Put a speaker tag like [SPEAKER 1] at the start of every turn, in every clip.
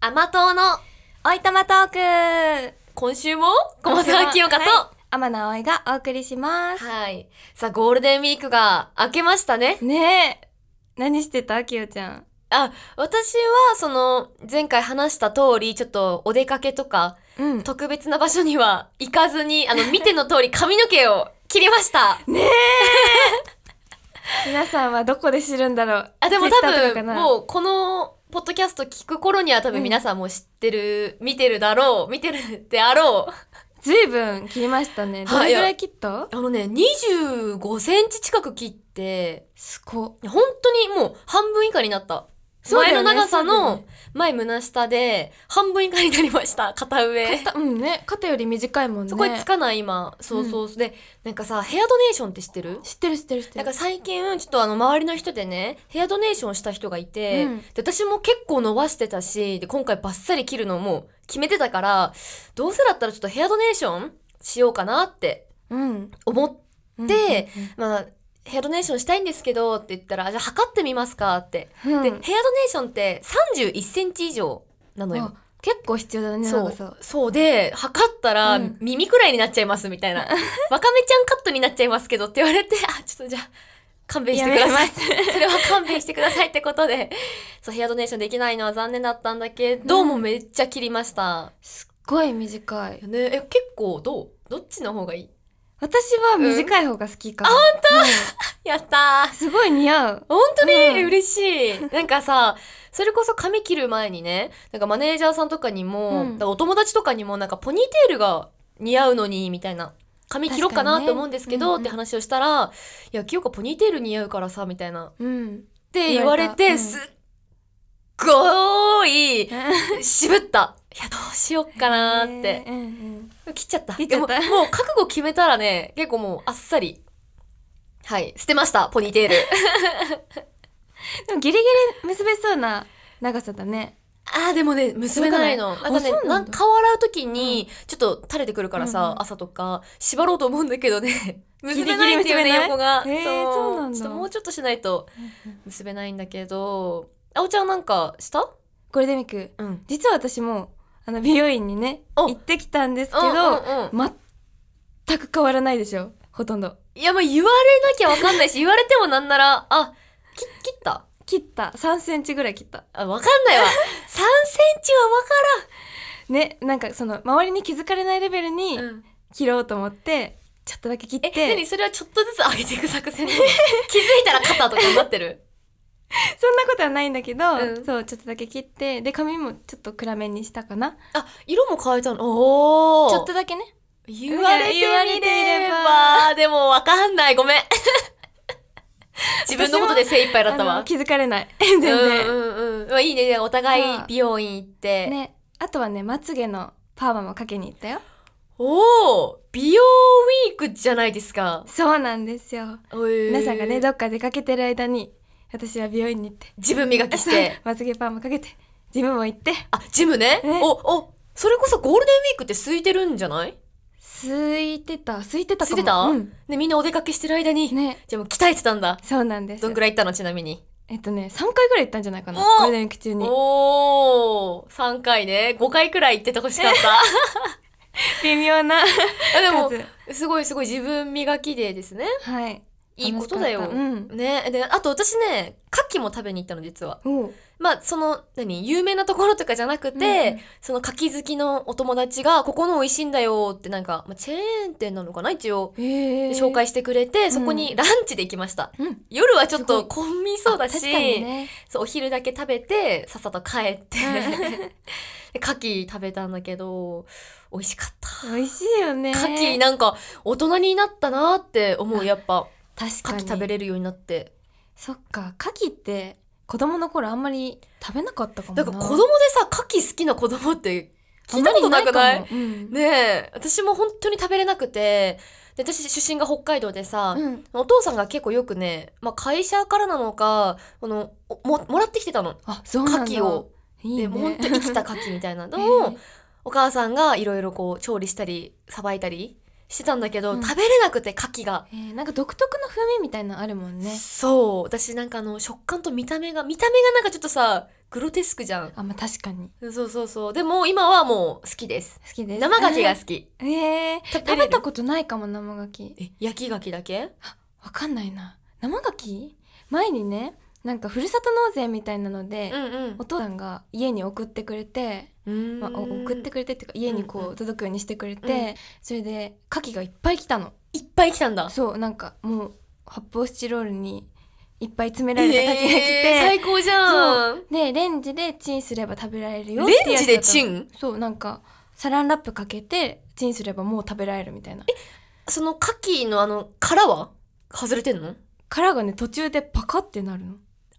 [SPEAKER 1] 甘党の
[SPEAKER 2] おいとまトーク
[SPEAKER 1] 今週も駒沢清香と、
[SPEAKER 2] は
[SPEAKER 1] はい
[SPEAKER 2] 天野葵がお送りしま
[SPEAKER 1] い、
[SPEAKER 2] す。
[SPEAKER 1] さあ、ゴールデンウィークが明けましたね。
[SPEAKER 2] ねえ。何してたきよちゃん。
[SPEAKER 1] 私は、その、前回話した通り、ちょっとお出かけとか、
[SPEAKER 2] うん。
[SPEAKER 1] 特別な場所には行かずに、あの、 見ての通り髪の毛を切りました。
[SPEAKER 2] 皆さんはどこで知るんだろう。
[SPEAKER 1] あ、でも多
[SPEAKER 2] Twitter とかか
[SPEAKER 1] 分、
[SPEAKER 2] な
[SPEAKER 1] もうこの、ポッドキャスト聞く頃には多分皆さんも知ってる、見てるだろう、見てるであろう。
[SPEAKER 2] ずいぶん切りましたね。どれぐらい切った
[SPEAKER 1] あのね、25センチ近く切って、
[SPEAKER 2] すご。
[SPEAKER 1] 本当にもう半分以下になった。
[SPEAKER 2] そうだ
[SPEAKER 1] 前
[SPEAKER 2] よ
[SPEAKER 1] の
[SPEAKER 2] ね
[SPEAKER 1] 長さ
[SPEAKER 2] そうだよ
[SPEAKER 1] の前胸下で半分以下になりました。 片上。
[SPEAKER 2] 肩うんね。肩より短いもんね。
[SPEAKER 1] そこにつかない今。そうそうそう。で、なんかさ、ヘアドネーションって知ってる
[SPEAKER 2] 知ってる知ってる知って
[SPEAKER 1] なん
[SPEAKER 2] る。
[SPEAKER 1] か最近、ちょっとあの、周りの人でね、ヘアドネーションした人がいて、
[SPEAKER 2] うん
[SPEAKER 1] で私も結構伸ばしてたし、で、今回バッサリ切るのも決めてたから、どうせだったらちょっとヘアドネーションしようかなって
[SPEAKER 2] うん。
[SPEAKER 1] 思っで
[SPEAKER 2] うん、
[SPEAKER 1] まあ、ヘアドネーションしたいんですけどって言ったら、じゃあ測ってみますかって。
[SPEAKER 2] うんうん
[SPEAKER 1] で、ヘアドネーションって31センチ以上なのよ
[SPEAKER 2] あ。結構必要だね、
[SPEAKER 1] そ
[SPEAKER 2] 長さ
[SPEAKER 1] う。。そうで、測ったら
[SPEAKER 2] うん
[SPEAKER 1] 耳くらいになっちゃいますみた いな。わかめちゃんカットになっちゃいますけどって言われて、あ、ちょっとじゃあ、勘弁してください。
[SPEAKER 2] や
[SPEAKER 1] それは勘弁してくださいってことで、そう、ヘアドネーションできないのは残念だったんだけど、
[SPEAKER 2] うん
[SPEAKER 1] もうめっちゃ切りました。
[SPEAKER 2] すっごい短い。
[SPEAKER 1] ね、え、結構どうどっちの方がいい
[SPEAKER 2] 私は短い方が好きかな。あ、本
[SPEAKER 1] やったー
[SPEAKER 2] 当すごい似合う。
[SPEAKER 1] 本当に
[SPEAKER 2] うん
[SPEAKER 1] 嬉しい、なんかさそれこそ髪切る前にねなんかマネージャーさんとかにも、
[SPEAKER 2] うん
[SPEAKER 1] だからお友達とかにもなんかポニーテールが似合うのにみたいな髪切ろうか
[SPEAKER 2] 確か
[SPEAKER 1] な
[SPEAKER 2] にね
[SPEAKER 1] と思うんですけど、
[SPEAKER 2] うんうん
[SPEAKER 1] って話をしたら「いや清香ポニーテール似合うからさ」みたいなっ
[SPEAKER 2] うん。
[SPEAKER 1] て言われて
[SPEAKER 2] 言われたうん
[SPEAKER 1] すっごい 渋ったいやどうしよっかなーって、
[SPEAKER 2] えーうんうん
[SPEAKER 1] 切っちゃった
[SPEAKER 2] 切っちゃった
[SPEAKER 1] でももう覚悟決めたらね結構もうあっさりはい捨てましたポニーテール
[SPEAKER 2] でもギリギリ結べそうな長さだね。
[SPEAKER 1] あーでもね結べないのな
[SPEAKER 2] 結べ
[SPEAKER 1] ん
[SPEAKER 2] な
[SPEAKER 1] かね
[SPEAKER 2] いあそう
[SPEAKER 1] な
[SPEAKER 2] なんんだ
[SPEAKER 1] か顔洗う時にちょっと垂れてくるからさ、
[SPEAKER 2] うんうん
[SPEAKER 1] 朝とか縛ろうと思うんだけどね 結べないんだよ
[SPEAKER 2] ギリギリ結べ
[SPEAKER 1] ね
[SPEAKER 2] ない
[SPEAKER 1] 横が、
[SPEAKER 2] へーそうなんだ
[SPEAKER 1] ちょっともうちょっとしないと結べないんだけどあおちゃんなんかした
[SPEAKER 2] ゴールデンウィーク。
[SPEAKER 1] うんうん
[SPEAKER 2] 実は私も、あの、美容院にね、
[SPEAKER 1] お
[SPEAKER 2] 行ってきたんですけど、
[SPEAKER 1] うん
[SPEAKER 2] 全く変わらないでしょ。ほとんど。
[SPEAKER 1] いやまあ言われなきゃわかんない し言われてもなんならあき切った
[SPEAKER 2] 切った。3センチぐらい切った。
[SPEAKER 1] あわかんない わ3センチはわか
[SPEAKER 2] ね、なんかその、周りに気づかれないレベルに
[SPEAKER 1] らん、うん
[SPEAKER 2] 切ろうと思って、ちょっとだけ切っ
[SPEAKER 1] え、何
[SPEAKER 2] て、
[SPEAKER 1] それはちょっとずつ上げていく作戦 なの気づいたら肩とかになってる
[SPEAKER 2] そんなことはないんだけど、
[SPEAKER 1] うん
[SPEAKER 2] そう、ちょっとだけ切って、で、髪もちょっと暗めにしたかな。
[SPEAKER 1] あ、色も変えたのおー
[SPEAKER 2] ちょっとだけね。
[SPEAKER 1] 言われてみれば
[SPEAKER 2] 言われてみれば
[SPEAKER 1] でもわかんない。ごめん。 自分のことで精一杯だった
[SPEAKER 2] あ
[SPEAKER 1] わ
[SPEAKER 2] の。気づかれない。 全然。
[SPEAKER 1] うんうんうん。まあいいね。お互い美容院行って。
[SPEAKER 2] ね、あとはね、まつげのパーマもかけに行ったよ。
[SPEAKER 1] おお美容ウィークじゃないですか。
[SPEAKER 2] そうなんですよ。皆
[SPEAKER 1] 皆
[SPEAKER 2] さんがね、どっか出かけてる間に、私は美容院に行って、
[SPEAKER 1] 自分磨きして
[SPEAKER 2] 。まつげパーマかけて、ジムも行って、
[SPEAKER 1] あ、ジムね。
[SPEAKER 2] ね
[SPEAKER 1] お、お、それこそゴールデンウィークって空いてるんじゃない
[SPEAKER 2] 空いてた、空いてたかも。
[SPEAKER 1] 空いてた、
[SPEAKER 2] うん。
[SPEAKER 1] ね、みんなお出かけしてる間に。
[SPEAKER 2] ね、
[SPEAKER 1] じゃあもう鍛えてたんだ。
[SPEAKER 2] そうなんです
[SPEAKER 1] ど
[SPEAKER 2] よ
[SPEAKER 1] ん。くらい行ったのちなみに。
[SPEAKER 2] えっとね、3回ぐらい行ったんじゃないかな。
[SPEAKER 1] おー
[SPEAKER 2] ゴールデンウィーク中に。
[SPEAKER 1] おー !3 回ね。5回くらい行っててほしかった。
[SPEAKER 2] 微妙な
[SPEAKER 1] あでも
[SPEAKER 2] 数。、
[SPEAKER 1] すごいすごい自分磨きでですね。
[SPEAKER 2] はい。
[SPEAKER 1] いいことだよ。
[SPEAKER 2] 楽しかった
[SPEAKER 1] ね。で、あと私ね、牡蠣も食べに行ったの、実は。
[SPEAKER 2] うん。おう
[SPEAKER 1] まあ、その、何、有名なところとかじゃなくて、
[SPEAKER 2] うん
[SPEAKER 1] その牡蠣好きのお友達が、ここの美味しいんだよって、なんか、まあ、チェーン店なのかな、一応。
[SPEAKER 2] えー、
[SPEAKER 1] 紹介してくれて、そこにランチで行きました。
[SPEAKER 2] うん。
[SPEAKER 1] 夜はちょっと
[SPEAKER 2] す
[SPEAKER 1] 混みそうだし、
[SPEAKER 2] 確かにね。
[SPEAKER 1] そうお昼だけ食べて、さっさと帰って
[SPEAKER 2] う、
[SPEAKER 1] で牡蠣食べたんだけど、美味しかった。
[SPEAKER 2] 美味しいよね。
[SPEAKER 1] 牡蠣なんか大人になったなって思うやっぱ
[SPEAKER 2] 確
[SPEAKER 1] 牡
[SPEAKER 2] か
[SPEAKER 1] 蠣
[SPEAKER 2] に。
[SPEAKER 1] 食べれるようになって
[SPEAKER 2] そっか、牡蠣って、子供の頃あんまり食べなかったかも
[SPEAKER 1] な
[SPEAKER 2] な。
[SPEAKER 1] んか子供でさ牡蠣好きな子供って聞いたことなくない
[SPEAKER 2] あんまりかもうん
[SPEAKER 1] ねえ私も本当に食べれなくてで私出身が北海道でさ、
[SPEAKER 2] うん、
[SPEAKER 1] お父さんが結構よくね、まあ、会社からなのかこのおももらってきてたの
[SPEAKER 2] あそうなんだ
[SPEAKER 1] 牡蠣を
[SPEAKER 2] いい、ね、
[SPEAKER 1] でもう本当に生きた牡蠣みたいな
[SPEAKER 2] え
[SPEAKER 1] のを
[SPEAKER 2] ー
[SPEAKER 1] お母さんがいろいろこう調理したりさばいたりしてたんだけど、
[SPEAKER 2] うん
[SPEAKER 1] 食べれなくて牡蠣が
[SPEAKER 2] えーなんか独特の風味みたいなのあるもんね
[SPEAKER 1] そう私なんかあの食感と見た目が見た目がなんかちょっとさグロテスクじゃん。
[SPEAKER 2] あまあ確かに
[SPEAKER 1] そうそうそう。でも今はもう好きです。
[SPEAKER 2] 好きです
[SPEAKER 1] 生牡蠣が好き。
[SPEAKER 2] えー、えー
[SPEAKER 1] 食べ
[SPEAKER 2] 食
[SPEAKER 1] れる
[SPEAKER 2] べたことないかも生牡蠣
[SPEAKER 1] え、焼き牡蠣だけ
[SPEAKER 2] わかんないな生牡蠣前にねなんかふるさと納税みたいなので、
[SPEAKER 1] んうん
[SPEAKER 2] お父さんが家に送ってくれて、まあ、お送って
[SPEAKER 1] く
[SPEAKER 2] くれてっていうか家に
[SPEAKER 1] うん
[SPEAKER 2] こ
[SPEAKER 1] う
[SPEAKER 2] う届くようにしてくれて、
[SPEAKER 1] うん
[SPEAKER 2] それで牡蠣がいっぱい来たの
[SPEAKER 1] いっぱい来たんだ。
[SPEAKER 2] そうなんかもう発泡スチロールにいっぱい詰めら
[SPEAKER 1] え
[SPEAKER 2] れた牡蠣が来て、
[SPEAKER 1] 最高じゃん。
[SPEAKER 2] でレンジでチンすれば食べられるよって
[SPEAKER 1] レン
[SPEAKER 2] やつ
[SPEAKER 1] ジ
[SPEAKER 2] だ
[SPEAKER 1] で
[SPEAKER 2] ったの
[SPEAKER 1] チン
[SPEAKER 2] そうなんかサランラップかけてチンすればもう食べられるみたいな
[SPEAKER 1] その牡蠣のあの殻は外れてんの
[SPEAKER 2] 殻がね途中でパカってなるの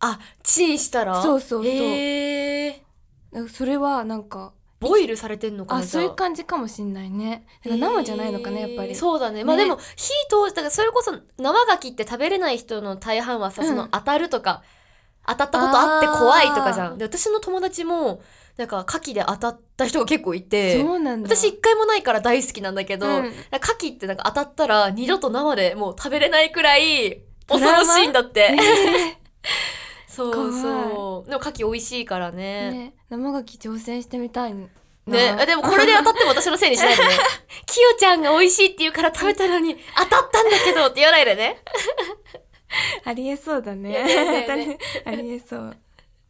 [SPEAKER 1] あ、チンしたら
[SPEAKER 2] そうそうそう
[SPEAKER 1] へー
[SPEAKER 2] なんかそれはなんか
[SPEAKER 1] ボイルされてんのかな
[SPEAKER 2] あ
[SPEAKER 1] じゃ
[SPEAKER 2] そういう感じかもしんないねだから生じゃないのかねやっぱり
[SPEAKER 1] そうだねまあ
[SPEAKER 2] ね
[SPEAKER 1] でも火通したからそれこそ生牡蠣って食べれない人の大半はさ、
[SPEAKER 2] うん
[SPEAKER 1] その当たるとか当たったことあって怖いとかじゃ
[SPEAKER 2] あ
[SPEAKER 1] ん
[SPEAKER 2] ー
[SPEAKER 1] で私の友達もなんか牡蠣で当たった人が結構いて
[SPEAKER 2] そうなんだ
[SPEAKER 1] 私一回もないから大好きなんだけど、
[SPEAKER 2] うん
[SPEAKER 1] なんか牡蠣ってなんか当たったら二度と生でもう食べれないくらい
[SPEAKER 2] ト
[SPEAKER 1] 恐
[SPEAKER 2] ラ
[SPEAKER 1] ろ
[SPEAKER 2] ウマ
[SPEAKER 1] しいんだって。
[SPEAKER 2] ね
[SPEAKER 1] そうそう。でも牡蠣美味しいからね。
[SPEAKER 2] ね生牡蠣挑戦してみたいね
[SPEAKER 1] ねあでもこれで当たっても私のせいにしないで ね。きよちゃんが美味しいって言うから食べたのに当たったんだけどって言わないでね。
[SPEAKER 2] ありえそうだね
[SPEAKER 1] ねねね
[SPEAKER 2] ありえそう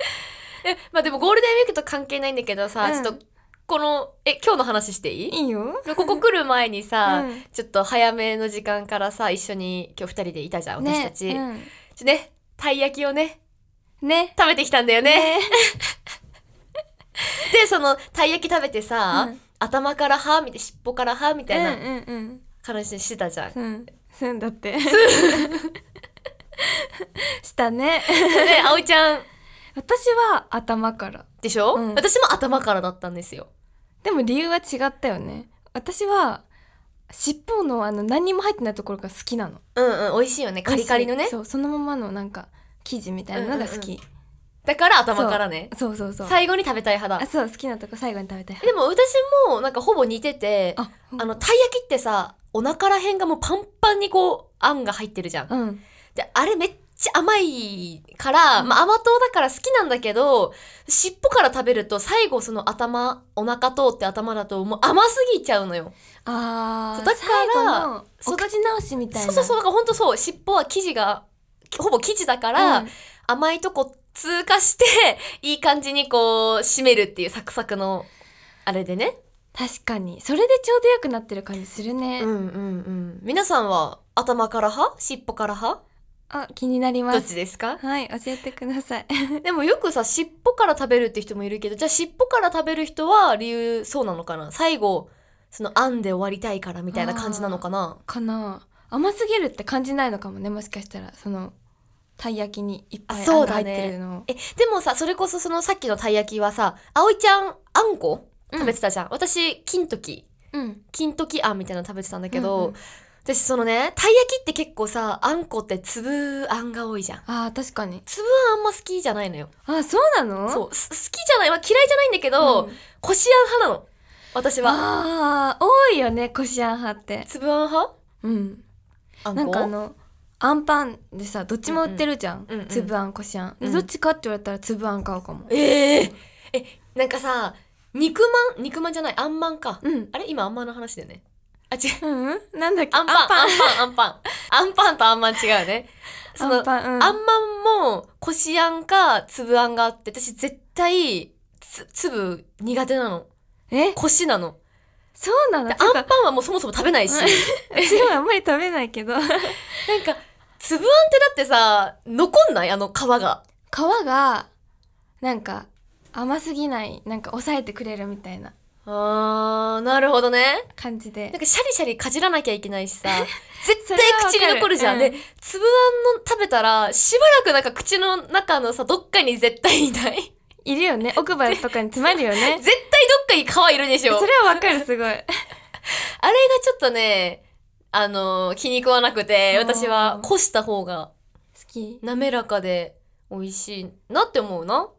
[SPEAKER 1] えまあでもゴールデンウィークと関係ないんだけどさ、
[SPEAKER 2] うん
[SPEAKER 1] ちょっとこの、え、今日の話していい
[SPEAKER 2] いいよ
[SPEAKER 1] ここ来る前にさ、
[SPEAKER 2] うん
[SPEAKER 1] ちょっと早めの時間からさ、一緒に今日二人でいたじゃん、私たち。
[SPEAKER 2] ね,、
[SPEAKER 1] ちょね、たい焼きをね、
[SPEAKER 2] うん、ね
[SPEAKER 1] 食べてきたんだよね。 で、その、たい焼き食べてさ、
[SPEAKER 2] うん
[SPEAKER 1] 頭から歯、みたいな、尻尾から歯みたいな
[SPEAKER 2] うんうん
[SPEAKER 1] 話してたじ ゃん。
[SPEAKER 2] うんうんすんだって したね
[SPEAKER 1] ね、葵ちゃん
[SPEAKER 2] 私は頭から
[SPEAKER 1] でしょ、
[SPEAKER 2] うん
[SPEAKER 1] 私も頭からだったんですよ。
[SPEAKER 2] でも理由は違ったよね私は尻尾のあの何にも入ってないところが好きなの
[SPEAKER 1] うんうん、美味しいよね。カリカリのね。
[SPEAKER 2] そうそのままのなんか生地みたいなのが好き、
[SPEAKER 1] うんだから頭からね。
[SPEAKER 2] そうそうそう
[SPEAKER 1] 最後に食べたい派
[SPEAKER 2] あ
[SPEAKER 1] だ。
[SPEAKER 2] そう好きなとこ最後に食べたい
[SPEAKER 1] でも私もなんかほぼ似てて、
[SPEAKER 2] あ
[SPEAKER 1] あの、たい焼きってさ、お腹らへんがもうパンパンにこう、あんが入ってるじゃん。
[SPEAKER 2] うん
[SPEAKER 1] で、あれめっちゃ甘いから、
[SPEAKER 2] うん
[SPEAKER 1] まあ甘党だから好きなんだけど、尻尾から食べると最後その頭、お腹通って頭だともう甘すぎちゃうのよ。
[SPEAKER 2] あ
[SPEAKER 1] そう
[SPEAKER 2] ー
[SPEAKER 1] だから
[SPEAKER 2] 最後の
[SPEAKER 1] そう
[SPEAKER 2] お口直しみたい
[SPEAKER 1] そ
[SPEAKER 2] な
[SPEAKER 1] うそうそう、
[SPEAKER 2] う
[SPEAKER 1] なんかほんとそう、尻尾は生地が、ほぼ生地だから、
[SPEAKER 2] ん
[SPEAKER 1] 甘いとこ通過して、いい感じにこう、締めるっていうサクサクの、あれでね。
[SPEAKER 2] 確かにそれでちょうどよくなってる感じするね、
[SPEAKER 1] んうん。皆さんは、頭から派尻尾から派
[SPEAKER 2] あ気になり
[SPEAKER 1] ど
[SPEAKER 2] ま
[SPEAKER 1] っ
[SPEAKER 2] す
[SPEAKER 1] ちです か
[SPEAKER 2] はい教えてください
[SPEAKER 1] でもよくさ、尻尾から食べるって人もいるけど、じゃあ尻尾から食べる人は理由そうなのかな最後、その、編んで終わりたいからみたいな感じなのかな
[SPEAKER 2] かな甘すぎるって感じないのかもねもしかしたらそのたい焼きにいっぱい
[SPEAKER 1] あそ
[SPEAKER 2] あ
[SPEAKER 1] うん
[SPEAKER 2] が
[SPEAKER 1] だ
[SPEAKER 2] 入
[SPEAKER 1] ね
[SPEAKER 2] ってるのを
[SPEAKER 1] え、でもさ、それこそそのさっきのたい焼きはさ、葵ちゃん、あんこ食べてたじゃん。私、金時、
[SPEAKER 2] うん
[SPEAKER 1] 金時あんみたいなの食べてたんだけど、
[SPEAKER 2] うんうん
[SPEAKER 1] 私そのねたい焼きって結構さあんこって粒あんが多いじゃん
[SPEAKER 2] あー確かに
[SPEAKER 1] 粒あんあんま好きじゃないのよ
[SPEAKER 2] あーそうなの
[SPEAKER 1] そうす好きじゃない、まあ、嫌いじゃないんだけど、
[SPEAKER 2] うん
[SPEAKER 1] こしあん派なの私は
[SPEAKER 2] あー多いよねこしあん派って
[SPEAKER 1] 粒あん派
[SPEAKER 2] うん
[SPEAKER 1] あんこ
[SPEAKER 2] なんかあのあんパンでさどっちも売ってるじゃん、
[SPEAKER 1] うんうん
[SPEAKER 2] つぶあんこしあん、で
[SPEAKER 1] うん
[SPEAKER 2] どっちかって言われたらつぶあん買うかも
[SPEAKER 1] えええなんかさ肉まん肉まんじゃないあんまんか、
[SPEAKER 2] うん
[SPEAKER 1] あれ今あんまんの話だよねあ違う
[SPEAKER 2] うんなんだっけ
[SPEAKER 1] あんぱんあんぱんあんぱんあんぱんとあんまん違うねその
[SPEAKER 2] あんパンうん
[SPEAKER 1] あんまんも、こしあんか、つぶあんがあって、私絶対、つ、粒苦手なの。
[SPEAKER 2] え
[SPEAKER 1] こしなの。
[SPEAKER 2] そうなの
[SPEAKER 1] で、
[SPEAKER 2] て
[SPEAKER 1] あん
[SPEAKER 2] か
[SPEAKER 1] パンはもうそもそも食べない し。
[SPEAKER 2] う
[SPEAKER 1] なんん
[SPEAKER 2] 私はあんまり食べないけど 皮
[SPEAKER 1] か、つぶあんってだってさ、残んないあの皮が。
[SPEAKER 2] がなんか甘すぎないなんか抑えてくれるみたいな
[SPEAKER 1] あー、なるほどね。
[SPEAKER 2] 感じ
[SPEAKER 1] なん
[SPEAKER 2] で
[SPEAKER 1] かシャリシャリかじらなきゃいけないし さ、絶対
[SPEAKER 2] それはわかる
[SPEAKER 1] 口に残るじゃん。
[SPEAKER 2] うん
[SPEAKER 1] で、つぶあんの食べたら、しばらくなんか口の中のさ、どっかに絶対いない。 絶
[SPEAKER 2] いるよね奥歯とかに詰まるよ
[SPEAKER 1] 対
[SPEAKER 2] ね
[SPEAKER 1] どっかに皮いるでしょ。
[SPEAKER 2] それはわかる すごい
[SPEAKER 1] あれがちょっとね、あのー気に食わなくて、
[SPEAKER 2] うん
[SPEAKER 1] 私はこした方が
[SPEAKER 2] 好き
[SPEAKER 1] 滑らかで美味しいなって思うな。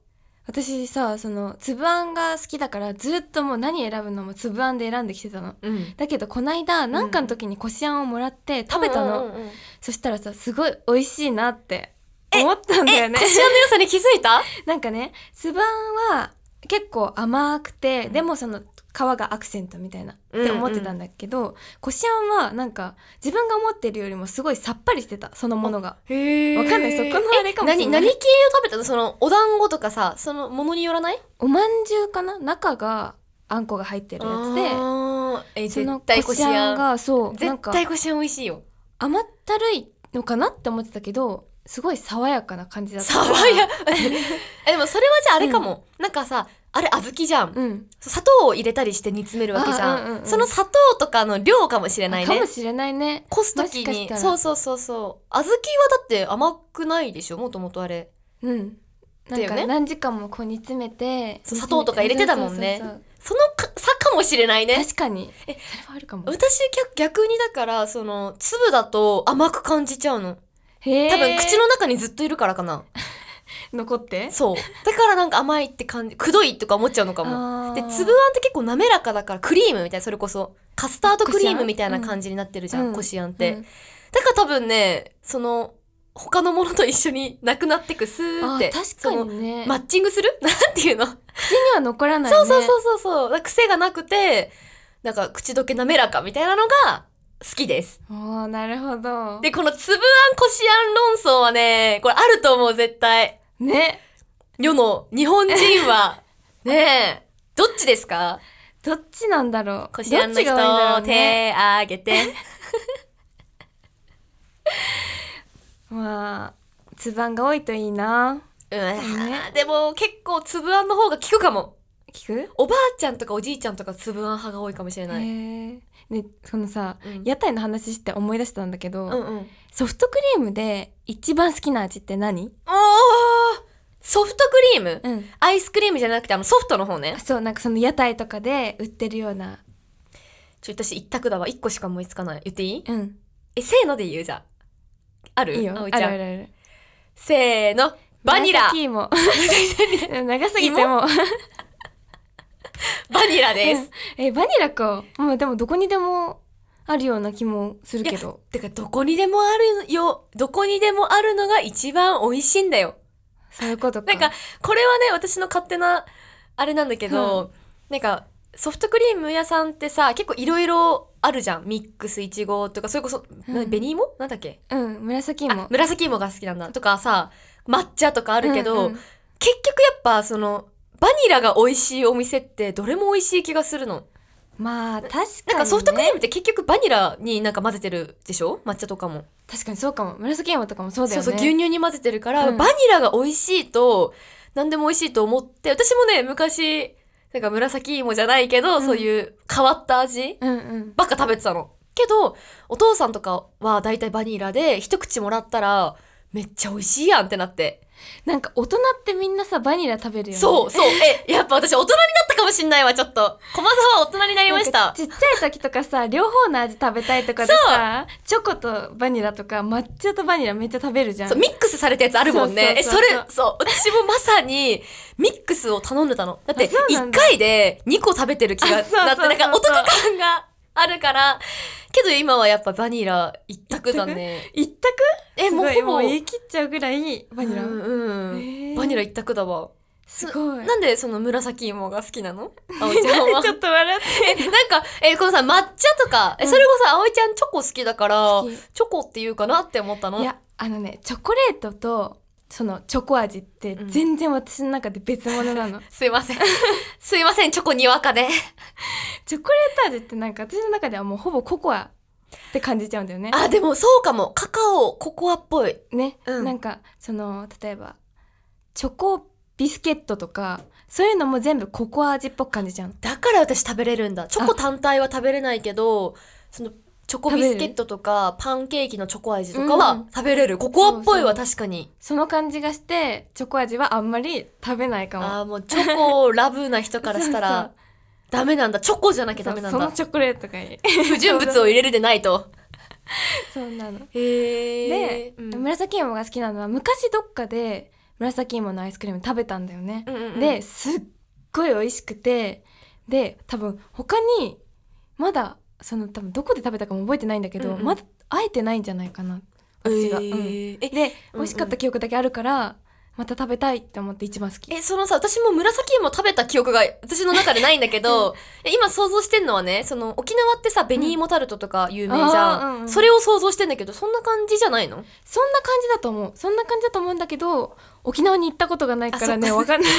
[SPEAKER 2] 私さその粒あんが好きだからずっともう何選ぶのも粒あんで選んできてたの
[SPEAKER 1] うん。
[SPEAKER 2] だけどこないだなんかの時にこしあんをもらって食べたの、
[SPEAKER 1] うんうんうん
[SPEAKER 2] そしたらさすごい美味しいなって
[SPEAKER 1] え
[SPEAKER 2] 思ったんだよね
[SPEAKER 1] こしあんの良さに気づいた
[SPEAKER 2] なんかねつばんは結構甘くて、でもその皮がアクセントみたいなって思ってたんだけど、こしあんはなんか自分が思ってるよりもすごいさっぱりしてたそのものが
[SPEAKER 1] へ
[SPEAKER 2] ーわかんないそこのあれかもしれない
[SPEAKER 1] 何何系を食べたのそのお団子とかさそのものによらない
[SPEAKER 2] おまんじゅうかな中があんこが入ってるやつ
[SPEAKER 1] あ
[SPEAKER 2] で
[SPEAKER 1] ーえ
[SPEAKER 2] その
[SPEAKER 1] 絶対
[SPEAKER 2] こ
[SPEAKER 1] こ
[SPEAKER 2] し
[SPEAKER 1] しあ
[SPEAKER 2] あん
[SPEAKER 1] ん
[SPEAKER 2] がそうなん
[SPEAKER 1] 絶
[SPEAKER 2] か
[SPEAKER 1] 対こしあん美味しいよ
[SPEAKER 2] 甘ったるいのかなって思ってたけどすごい爽やかな感じだった
[SPEAKER 1] 爽や えでもそれはじゃああれかも、なんかさあれ小豆じゃん、
[SPEAKER 2] うん
[SPEAKER 1] 砂糖を入れたりして煮詰めるわけじゃん,、
[SPEAKER 2] あうんうんうん
[SPEAKER 1] その砂糖とかの量かもしれない
[SPEAKER 2] か
[SPEAKER 1] ね
[SPEAKER 2] もしれないね
[SPEAKER 1] こす時
[SPEAKER 2] もしかし
[SPEAKER 1] に
[SPEAKER 2] たら
[SPEAKER 1] そうそうそうそう小豆はだって甘くないでしょもともとあれ
[SPEAKER 2] うん
[SPEAKER 1] だ
[SPEAKER 2] なん
[SPEAKER 1] よね
[SPEAKER 2] か何時間もこう煮詰めて
[SPEAKER 1] そう砂糖とか入れてたもんね
[SPEAKER 2] そうそうそう
[SPEAKER 1] そのか差かもしれないね
[SPEAKER 2] 確かにそれ
[SPEAKER 1] え
[SPEAKER 2] はあるかも
[SPEAKER 1] 私逆逆にだからその粒だと甘く感じちゃうの
[SPEAKER 2] へー
[SPEAKER 1] 多分口の中にずっといるからかな、
[SPEAKER 2] 残って
[SPEAKER 1] そうだからなんか甘いって感じくどいとか思っちゃうのかも
[SPEAKER 2] あー
[SPEAKER 1] で粒あんって結構滑らかだからクリームみたいなそれこそカスタードクリームみたいな感じになってるじゃ
[SPEAKER 2] うん
[SPEAKER 1] んこしあんって、
[SPEAKER 2] うん
[SPEAKER 1] だから多分ねその他のものと一緒になくなってくスー
[SPEAKER 2] あ
[SPEAKER 1] って
[SPEAKER 2] 確かにね
[SPEAKER 1] そのマッチングする なんていうの
[SPEAKER 2] 口には残らないね
[SPEAKER 1] そうそうそうそうそう。だから癖がなくて、なんか口どけ滑らかみたいなのが好きです。
[SPEAKER 2] おーなるほど
[SPEAKER 1] で、この粒あんこしあん論争はね、これあると思う、絶対。
[SPEAKER 2] ね
[SPEAKER 1] 世の日本人 は。ねえ。どっちですか
[SPEAKER 2] どっちなんだろう
[SPEAKER 1] こしあんの人、
[SPEAKER 2] どっちが多いんだろうね
[SPEAKER 1] 手あげて。
[SPEAKER 2] まあつばんが多いといいな
[SPEAKER 1] うわーでも結構粒あんの方が効くかも。
[SPEAKER 2] 聞く
[SPEAKER 1] おばあちゃんとかおじいちゃんとか粒あん派が多いかもしれない。
[SPEAKER 2] へえねそのさ、
[SPEAKER 1] うん
[SPEAKER 2] 屋台の話して思い出したんだけど、
[SPEAKER 1] うんうん。
[SPEAKER 2] ソフトクリームで一番好きな味って何
[SPEAKER 1] おーソフトクリーム、
[SPEAKER 2] うん
[SPEAKER 1] アイスクリームじゃなくてあのソフトの方ね。
[SPEAKER 2] そうなんかその屋台とかで売ってるような
[SPEAKER 1] ちょ、私一択だわ。一個しか思いつかない。言っていい
[SPEAKER 2] うん
[SPEAKER 1] え、せーので言うじゃん。ある
[SPEAKER 2] いいよ
[SPEAKER 1] あ
[SPEAKER 2] あ
[SPEAKER 1] おい
[SPEAKER 2] る
[SPEAKER 1] ちゃん
[SPEAKER 2] あるある
[SPEAKER 1] せーの。バニラ
[SPEAKER 2] 長 崎芋長崎ってもう
[SPEAKER 1] バニラで
[SPEAKER 2] うん
[SPEAKER 1] す。
[SPEAKER 2] えバニラかまあでもどこにでもあるような気もするけど
[SPEAKER 1] てか、どこにでもあるよ。どこにでもあるのが一番美味しいんだよ。
[SPEAKER 2] そういうことか
[SPEAKER 1] なんか、これはね、私の勝手な、あれなんだけど、なんか、ソフトクリーム屋さんってさ、結構いろいろあるじゃん。ミックス、イチゴとか、それこそ、
[SPEAKER 2] うん
[SPEAKER 1] な紅芋なんだっけ
[SPEAKER 2] うん紫
[SPEAKER 1] あ
[SPEAKER 2] 芋、
[SPEAKER 1] 紫芋が好きなんだ。とかさ、抹茶とかあるけど、
[SPEAKER 2] うんうん
[SPEAKER 1] 結局やっぱ、その、バニラが美味しいお店って、どれも美味しい気がするの。
[SPEAKER 2] まあ確かに、ね、
[SPEAKER 1] なんかソフトクリームって結局バニラになんか混ぜてるでしょ抹茶とかも。
[SPEAKER 2] 確かにそうかも紫芋とかもそうだ
[SPEAKER 1] そ
[SPEAKER 2] よ
[SPEAKER 1] う
[SPEAKER 2] ね
[SPEAKER 1] そう、牛乳に混ぜてるから、
[SPEAKER 2] うん
[SPEAKER 1] バニラが美味しいと、何でも美味しいと思って、私もね、昔、なんか紫芋じゃないけど、
[SPEAKER 2] うん
[SPEAKER 1] そういう変わった味
[SPEAKER 2] うんうん
[SPEAKER 1] ばっか食べてたの。けど、お父さんとかは大体バニラで、一口もらったら、めっちゃ美味しいやんってなって。
[SPEAKER 2] なんか大人ってみんなさバニラ食べるよね
[SPEAKER 1] そう、 そう。え、やっぱ私大人になったかもしんないわ、ちょっと。駒沢大人になりまし
[SPEAKER 2] なん
[SPEAKER 1] た
[SPEAKER 2] か。ちっちゃい時とかさ両方の味食べたいとかでさチョコとバニラとか抹茶とバニラめっちゃ食べるじゃん
[SPEAKER 1] そうミックスされたやつあるもんね。
[SPEAKER 2] そうそうそうそう
[SPEAKER 1] え、それ、そう、私もまさに、ミックスを頼んでたの。だって、
[SPEAKER 2] あそうな
[SPEAKER 1] 1
[SPEAKER 2] んだ
[SPEAKER 1] 回で2個食べてる気がな
[SPEAKER 2] あ
[SPEAKER 1] っ
[SPEAKER 2] そ
[SPEAKER 1] て、
[SPEAKER 2] うそう
[SPEAKER 1] な
[SPEAKER 2] そ
[SPEAKER 1] ん
[SPEAKER 2] う
[SPEAKER 1] かお得感があるから、けど今はやっぱバニラ一択だね。
[SPEAKER 2] 一択
[SPEAKER 1] え、もう
[SPEAKER 2] すごい
[SPEAKER 1] ほぼ、
[SPEAKER 2] 言い切っちゃうぐらいバニラ、
[SPEAKER 1] うんうん、
[SPEAKER 2] へえ
[SPEAKER 1] バニラ一択だわ。
[SPEAKER 2] すごい
[SPEAKER 1] なんでその紫芋が好きなのあおちゃん
[SPEAKER 2] なん
[SPEAKER 1] は
[SPEAKER 2] でち。ょっと笑って
[SPEAKER 1] え、なんか、え、このさ、抹茶とか、え、それこそ葵ちゃんチョコ好きだから
[SPEAKER 2] 好き、
[SPEAKER 1] チョコっていうかなって思ったの。
[SPEAKER 2] いやあのねチョコレートとそのチョコ味って
[SPEAKER 1] うん
[SPEAKER 2] 全然私の中で別物なの、
[SPEAKER 1] すいません。すいません、チョコにわかで。
[SPEAKER 2] チョコレート味ってなんか私の中ではもうほぼココアって感じちゃうんだよね
[SPEAKER 1] あ、でもそうかも。カカオ、ココアっぽい。
[SPEAKER 2] ね、
[SPEAKER 1] うん
[SPEAKER 2] なんかその例えばチョコビスケットとかそういうのも全部ココア味っぽく感じじゃん
[SPEAKER 1] だから私食べれるんだ。チョコ単体は食べれないけど、その、チョコビスケットとか、パンケーキのチョコ味とか
[SPEAKER 2] う
[SPEAKER 1] は
[SPEAKER 2] ん
[SPEAKER 1] 食べれる。ココアっぽい
[SPEAKER 2] そう
[SPEAKER 1] は
[SPEAKER 2] そう
[SPEAKER 1] 確かに。
[SPEAKER 2] その感じがしてチョコ味はあんまり食べないかも
[SPEAKER 1] ああ、もうチョコラブな人からしたら、ダメなんだ。チョコじゃなきゃ
[SPEAKER 2] そ
[SPEAKER 1] ダメ
[SPEAKER 2] うそ
[SPEAKER 1] な
[SPEAKER 2] うんその
[SPEAKER 1] だ。
[SPEAKER 2] チョコレートがいい
[SPEAKER 1] 不純物を入れるでないと。
[SPEAKER 2] そうなの
[SPEAKER 1] へ
[SPEAKER 2] で、
[SPEAKER 1] え。うん
[SPEAKER 2] 紫芋が好きなのは昔どっかで紫芋のアイスクリーム食べたんだよね、
[SPEAKER 1] うんうんうん
[SPEAKER 2] ですっごい美味しくてで多分他にまだその多分どこで食べたかも覚えてないんだけど、
[SPEAKER 1] うんうん
[SPEAKER 2] まだ会えてないんじゃないかな私が、
[SPEAKER 1] え
[SPEAKER 2] うん
[SPEAKER 1] ーえ
[SPEAKER 2] で
[SPEAKER 1] うん
[SPEAKER 2] 美味しかった記憶だけあるから、また食べたいって思って一番好き
[SPEAKER 1] え、そのさ、私も紫芋食べた記憶が私の中でないんだけ ど、え今想像してんのはね、その沖縄ってさ、紅芋タルトとか有名じゃ
[SPEAKER 2] あ
[SPEAKER 1] ん。
[SPEAKER 2] ーうんうん
[SPEAKER 1] それを想像してんだけど、そんな感じじゃないの
[SPEAKER 2] そんな感じだと思うそんな感じだと思うんだけど沖縄に行ったことがないからね
[SPEAKER 1] あそっか
[SPEAKER 2] わかんない、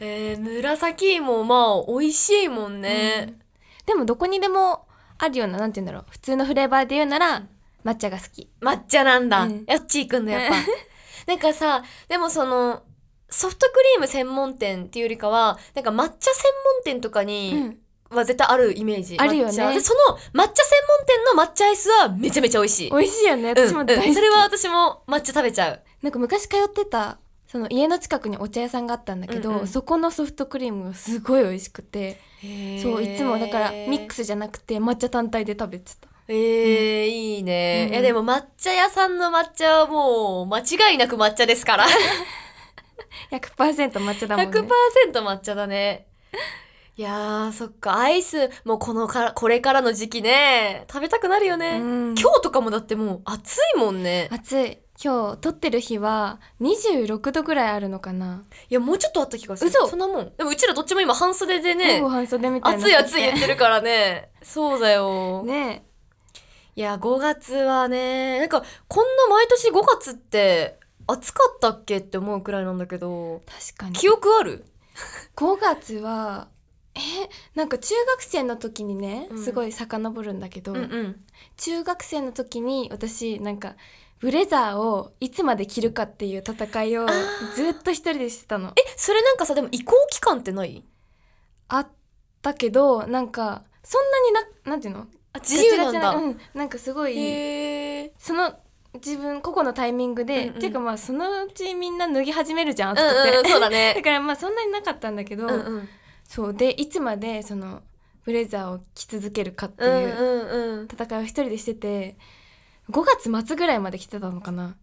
[SPEAKER 1] えー、紫芋、まあ、美味しいもん
[SPEAKER 2] う
[SPEAKER 1] ね
[SPEAKER 2] ん。でもどこにでもあるようななんて言うんだろう普通のフレーバーで言うなら抹茶が好き
[SPEAKER 1] 抹茶なんだ。
[SPEAKER 2] うん
[SPEAKER 1] やっちーくんだ、やっぱ
[SPEAKER 2] うん。
[SPEAKER 1] なんかさ、でもその、ソフトクリーム専門店っていうよりかは、なんか抹茶専門店とかに
[SPEAKER 2] ん
[SPEAKER 1] は絶対あるイメージ。
[SPEAKER 2] あるよね
[SPEAKER 1] 抹茶で、その抹茶専門店の抹茶アイスはめちゃめちゃ美味しい。
[SPEAKER 2] 美味しいよね私も大好き、
[SPEAKER 1] うんうん、それは私も抹茶食べちゃう
[SPEAKER 2] なんか昔通ってたその家の近くにお茶屋さんがあったんだけど、
[SPEAKER 1] うんうん
[SPEAKER 2] そこのソフトクリームがすごい美味しくてそういつもだからミック
[SPEAKER 1] ス
[SPEAKER 2] スじゃなくて抹茶単体で食べてた
[SPEAKER 1] えー、いいね、
[SPEAKER 2] うん
[SPEAKER 1] いやでも抹茶屋さんの抹茶はもう間違いなく抹茶ですから、
[SPEAKER 2] 100%抹茶だもんね
[SPEAKER 1] 100%抹茶だねいやーそっかアイスもうこのからこれからの時期ね食べたくなるよね、
[SPEAKER 2] うん
[SPEAKER 1] 今日とかもだってもう暑いもんね
[SPEAKER 2] 暑い今日撮ってる日は26度ぐらいあるのかない
[SPEAKER 1] やもうちょっとあった気がする
[SPEAKER 2] 嘘
[SPEAKER 1] そんなもんでもうちらどっちも今半袖で
[SPEAKER 2] ほ
[SPEAKER 1] ね
[SPEAKER 2] ぼ半袖みたいな
[SPEAKER 1] 暑い暑い言ってるからねそうだよ
[SPEAKER 2] ね
[SPEAKER 1] いや、5月はね、なんか、こんな毎年5月って暑かったっけって思うくらいなんだけど、
[SPEAKER 2] 確かに
[SPEAKER 1] 記憶ある
[SPEAKER 2] 5月はえなんか中学生の時にね、
[SPEAKER 1] うん
[SPEAKER 2] すごい遡るんだけど、
[SPEAKER 1] ん。
[SPEAKER 2] 中学生の時に私なんかブレザーをいつまで着るかっていう戦いを
[SPEAKER 1] あー
[SPEAKER 2] ずっと一人でしてたの
[SPEAKER 1] え、それなんかさ、でも移行期間ってない
[SPEAKER 2] あったけどなんかそんなにななんていうの
[SPEAKER 1] あ、自由なん
[SPEAKER 2] ガチガ
[SPEAKER 1] だ。
[SPEAKER 2] チうん、なんかすごい
[SPEAKER 1] へえ。
[SPEAKER 2] その自分個々のタイミングで、
[SPEAKER 1] うんうん
[SPEAKER 2] っていうかまあそのうちみんな脱ぎ始めるじゃん
[SPEAKER 1] うん
[SPEAKER 2] 暑くて、
[SPEAKER 1] うん、そうだ
[SPEAKER 2] だ
[SPEAKER 1] ね。
[SPEAKER 2] からまあそんなになかったんだけど、
[SPEAKER 1] うんうん。
[SPEAKER 2] そうでいつまでそのブレザーを着続けるかって
[SPEAKER 1] う
[SPEAKER 2] い
[SPEAKER 1] ん
[SPEAKER 2] う
[SPEAKER 1] うんうん。
[SPEAKER 2] 戦いを一人でしてて5月末ぐらいまで着てたのかな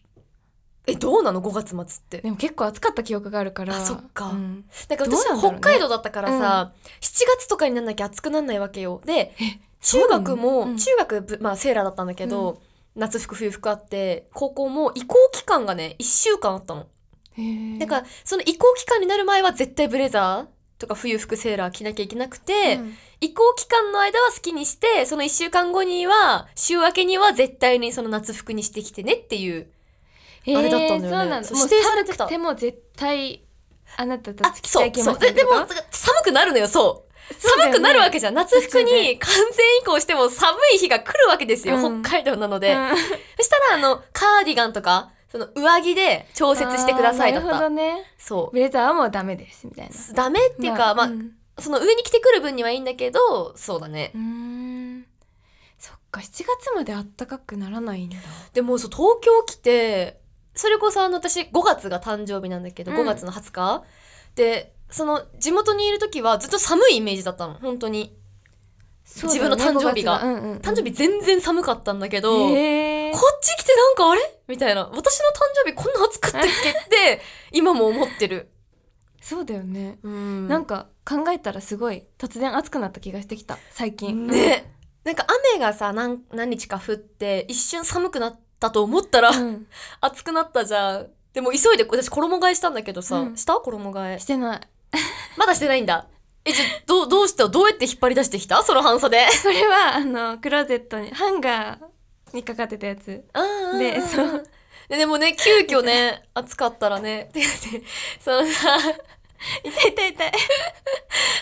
[SPEAKER 1] え、どうなの ?5 月末って。
[SPEAKER 2] でも結構暑かった記憶があるから
[SPEAKER 1] あそっか
[SPEAKER 2] うん
[SPEAKER 1] なんか私
[SPEAKER 2] どう
[SPEAKER 1] は
[SPEAKER 2] なんだろ
[SPEAKER 1] 北
[SPEAKER 2] うね
[SPEAKER 1] 海道だったからさ、7月とかになんなきゃ暑くなんないわけよ。で、
[SPEAKER 2] そ
[SPEAKER 1] 中
[SPEAKER 2] うなの
[SPEAKER 1] 学も、
[SPEAKER 2] うん
[SPEAKER 1] 中学ぶ、まあセーラーだったんだけど、夏服冬服あって、高校も移行期間がね、1週間あったの。
[SPEAKER 2] へー
[SPEAKER 1] だから、その移行期間になる前は絶対ブレザーとか冬服セーラー着なきゃいけなくて、
[SPEAKER 2] うん
[SPEAKER 1] 移行期間の間は好きにして、その1週間後には、週明けには絶対にその夏服にしてきてねっていう。
[SPEAKER 2] へー
[SPEAKER 1] あれだったんだよね
[SPEAKER 2] そうなんだ
[SPEAKER 1] そう
[SPEAKER 2] もう
[SPEAKER 1] 指定されて
[SPEAKER 2] 寒
[SPEAKER 1] た
[SPEAKER 2] くても絶対あなたた
[SPEAKER 1] あ
[SPEAKER 2] ち、着ちゃ
[SPEAKER 1] そ、
[SPEAKER 2] いうけ
[SPEAKER 1] そ
[SPEAKER 2] ま
[SPEAKER 1] う。で
[SPEAKER 2] せんって
[SPEAKER 1] で
[SPEAKER 2] こと
[SPEAKER 1] も、寒くなるのよ、そう。
[SPEAKER 2] そうだ
[SPEAKER 1] 寒
[SPEAKER 2] よね
[SPEAKER 1] くなるわけじゃん。夏服
[SPEAKER 2] 途中で
[SPEAKER 1] に完全移行しても寒い日が来るわけですよ、
[SPEAKER 2] うん
[SPEAKER 1] 北海道なので。
[SPEAKER 2] うん
[SPEAKER 1] そしたら、あの、カーディガンとか、その上着で調節してくださいだっ
[SPEAKER 2] あーなるほ
[SPEAKER 1] た。
[SPEAKER 2] どね
[SPEAKER 1] そ
[SPEAKER 2] ブレザーはもうダメですみたいな
[SPEAKER 1] う。ダメっていうか、まあ、
[SPEAKER 2] ん
[SPEAKER 1] その上に着てくる分にはいいんだけど、そうだね。
[SPEAKER 2] うーんそっか7月まであったかくならないんだ
[SPEAKER 1] でもそう、東京来て、それこそあの私5月が誕生日なんだけど、
[SPEAKER 2] うん
[SPEAKER 1] 5月の20日、で、その地元にいる時はずっと寒いイメージだったの、本当に。
[SPEAKER 2] そうだ
[SPEAKER 1] 自
[SPEAKER 2] よね
[SPEAKER 1] 分の誕生日が
[SPEAKER 2] 5月うんうん
[SPEAKER 1] 誕生日全然寒かったんだけど、
[SPEAKER 2] へー
[SPEAKER 1] こっち来てなんかあれみたいな。私の誕生日こんな暑か ったっけって、今も思ってる。
[SPEAKER 2] そうだよね
[SPEAKER 1] うん
[SPEAKER 2] なんか考えたらすごい突然暑くなった気がしてきた最近
[SPEAKER 1] ね。なんか雨がさ、何、何日か降って、一瞬寒くなったと思ったら、
[SPEAKER 2] うん
[SPEAKER 1] 暑くなったじゃん。でも急いで、私衣替えしたんだけどさ、
[SPEAKER 2] うん
[SPEAKER 1] した衣替え
[SPEAKER 2] し。てない
[SPEAKER 1] まだしてないんだ。え、じゃ、どう、どうしたどうやって引っ張り出してきたその半袖。
[SPEAKER 2] これはあのクローゼットにハンガーにかかってたやつ
[SPEAKER 1] うん
[SPEAKER 2] うん
[SPEAKER 1] で、そう。で、でもね、急遽ね、暑かったらね、って言って、そのさ、
[SPEAKER 2] 痛い痛い痛い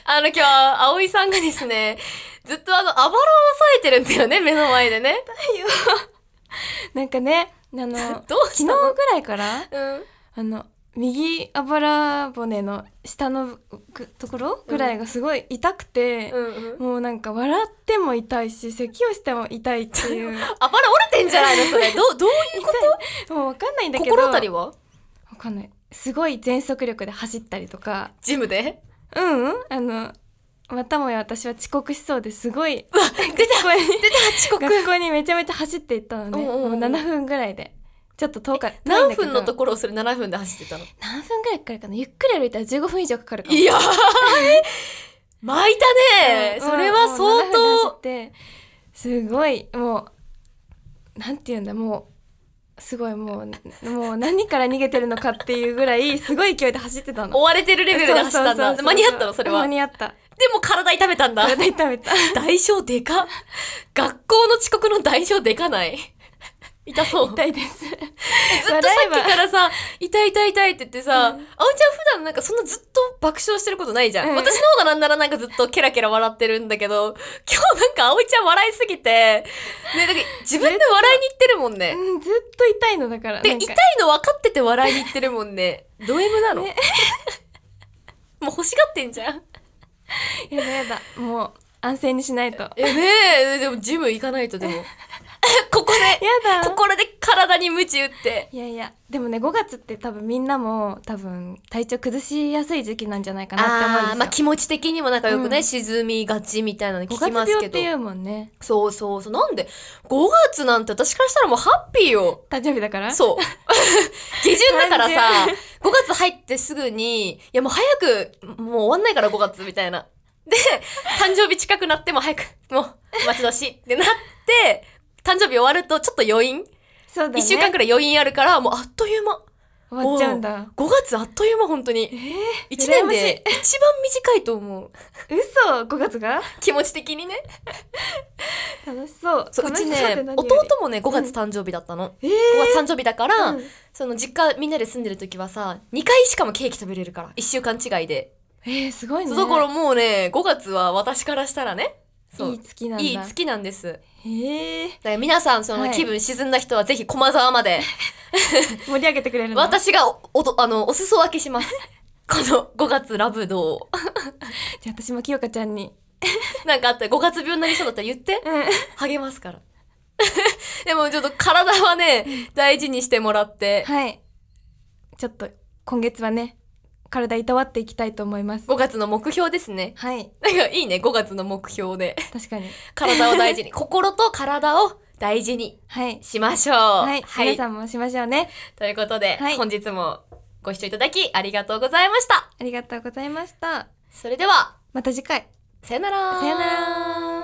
[SPEAKER 1] あの今日、葵さんがですね、ずっとあの、あばらを押さえてるんだよね、目の前でね。
[SPEAKER 2] なんかねあ の昨
[SPEAKER 1] どうし
[SPEAKER 2] 日
[SPEAKER 1] た
[SPEAKER 2] ぐ
[SPEAKER 1] の
[SPEAKER 2] らいから
[SPEAKER 1] うん。
[SPEAKER 2] あの右あばら骨の下のぐところぐらいがすごい痛くて、
[SPEAKER 1] うんうん。
[SPEAKER 2] もうなんか笑っても痛いし咳をしても痛いっていう
[SPEAKER 1] あばら折れてんじゃないのそれ。どう、どういうこ
[SPEAKER 2] もう分かんないんだ
[SPEAKER 1] と
[SPEAKER 2] けど
[SPEAKER 1] 心当たりは
[SPEAKER 2] わかんないすごい全速力で走ったりとか
[SPEAKER 1] ジムで
[SPEAKER 2] うんうんあのまたもや私は遅刻しそうです ごい
[SPEAKER 1] 出た
[SPEAKER 2] 学校に
[SPEAKER 1] 出た遅刻
[SPEAKER 2] 学校にめちゃめちゃ走っていったのね
[SPEAKER 1] うんうんうん
[SPEAKER 2] もう7分ぐらいでちょっと遠か遠いん
[SPEAKER 1] 何
[SPEAKER 2] だけど
[SPEAKER 1] 分のところをそれ7分で走ってたの
[SPEAKER 2] 何分ぐらいかかるかなゆっくり歩いたら15分以上かかるかも
[SPEAKER 1] いやー巻いたね、
[SPEAKER 2] うん
[SPEAKER 1] それは相
[SPEAKER 2] もう7分で走
[SPEAKER 1] 当
[SPEAKER 2] ってすごいもうなんていうんだもうすごいもうもう何から逃げてるのかっていうぐらいすごい勢いで走ってたの
[SPEAKER 1] 追われてるレベルで走ったん
[SPEAKER 2] そうそうそう
[SPEAKER 1] だ
[SPEAKER 2] そう
[SPEAKER 1] 間に合ったのそれは
[SPEAKER 2] 間
[SPEAKER 1] で
[SPEAKER 2] に合った
[SPEAKER 1] も体痛めたんだ
[SPEAKER 2] 体痛めた
[SPEAKER 1] 代償でか学校の遅刻の代償でかない痛そう
[SPEAKER 2] 痛いです
[SPEAKER 1] ずっとさっきからさ、痛い痛い痛いって言ってさ、あお
[SPEAKER 2] う
[SPEAKER 1] ちゃん普段なんかそんなずっと爆笑してることないじゃん。
[SPEAKER 2] うん
[SPEAKER 1] 私の方がなんならなんかずっとケラケラ笑ってるんだけど、今日なんかあおいちゃん笑いすぎて、ね、だから自分で笑いに行ってるもんね。
[SPEAKER 2] うんずっと痛いのだから
[SPEAKER 1] で、
[SPEAKER 2] なんか
[SPEAKER 1] 痛いの分かってて笑いに行ってるもんね。ド M なの、
[SPEAKER 2] ね
[SPEAKER 1] もう欲しがってんじゃん。
[SPEAKER 2] やだやだもう安静にしないとや
[SPEAKER 1] え、ねえ、でもジム行かないとで も。ここで、
[SPEAKER 2] だ
[SPEAKER 1] ここで体に鞭打って。
[SPEAKER 2] いやいやでもね5月って多分みんなも多分体調崩しやすい時期なんじゃないかなって思うんです
[SPEAKER 1] ー
[SPEAKER 2] よ、
[SPEAKER 1] まあ気持ち的にもなんかよくね、
[SPEAKER 2] うん
[SPEAKER 1] 沈みがちみたいなの聞き
[SPEAKER 2] 5
[SPEAKER 1] ます
[SPEAKER 2] 月病
[SPEAKER 1] け
[SPEAKER 2] っ
[SPEAKER 1] ど
[SPEAKER 2] て。いうもんね
[SPEAKER 1] そうそうそう。なんで、5月なんて私からしたらもうハッピーよ。
[SPEAKER 2] 誕生日だから
[SPEAKER 1] そう。 下旬だからさ
[SPEAKER 2] 単、
[SPEAKER 1] 5月入ってすぐに、いやもう早く、もう終わんないから5月みたいな。で、誕生日近くなっても早く、もう待ち遠しいってなって、誕生日終わるとちょっと余韻、
[SPEAKER 2] そうだね
[SPEAKER 1] 1週間くらい余韻あるから、もうあっという間。
[SPEAKER 2] 終わっちゃうんだ
[SPEAKER 1] 5月あっという間本当に。一1年で一番短いと思う。
[SPEAKER 2] 嘘5月が
[SPEAKER 1] 気持ち的にね。
[SPEAKER 2] 楽しそう
[SPEAKER 1] そうう
[SPEAKER 2] 楽し
[SPEAKER 1] ち
[SPEAKER 2] そう
[SPEAKER 1] ね
[SPEAKER 2] で何より
[SPEAKER 1] 弟もね5月誕生日だったの、
[SPEAKER 2] えー
[SPEAKER 1] 5月誕生日だから、
[SPEAKER 2] うん
[SPEAKER 1] その実家みんなで住んでる時はさ2回しかもケーキ食べれるから1週間違いで、
[SPEAKER 2] えー、すごい
[SPEAKER 1] そ
[SPEAKER 2] ね
[SPEAKER 1] うだからもうね5月は私からしたらねそう
[SPEAKER 2] いい月なんだ
[SPEAKER 1] いい月なんですだか
[SPEAKER 2] へえ
[SPEAKER 1] ら皆さんその
[SPEAKER 2] はい
[SPEAKER 1] 気分沈んだ人はぜひ駒沢ま で、
[SPEAKER 2] 盛り上げてくれるの
[SPEAKER 1] 私がおおとあのお裾分けします この5月ラブどう
[SPEAKER 2] じゃあ私も清香ちゃんに
[SPEAKER 1] なんかあったら5月病になりそうだったら言って
[SPEAKER 2] うん
[SPEAKER 1] 励ますから でもちょっと体はね大事にしてもらって
[SPEAKER 2] はいちょっと今月はね体いたわっていきたいと思います
[SPEAKER 1] 5月の目標ですね。
[SPEAKER 2] はい
[SPEAKER 1] なんかいいね、5月の目標で。
[SPEAKER 2] 確かに
[SPEAKER 1] 体を大 事に。心と体を大事に
[SPEAKER 2] はい
[SPEAKER 1] しましょう。
[SPEAKER 2] はい、皆さんもしましょうね
[SPEAKER 1] ということで、
[SPEAKER 2] はい
[SPEAKER 1] 本日もご視聴いただきありがとうございました。
[SPEAKER 2] ありがとうございました
[SPEAKER 1] それでは、
[SPEAKER 2] また次回
[SPEAKER 1] さよなら。
[SPEAKER 2] さよなら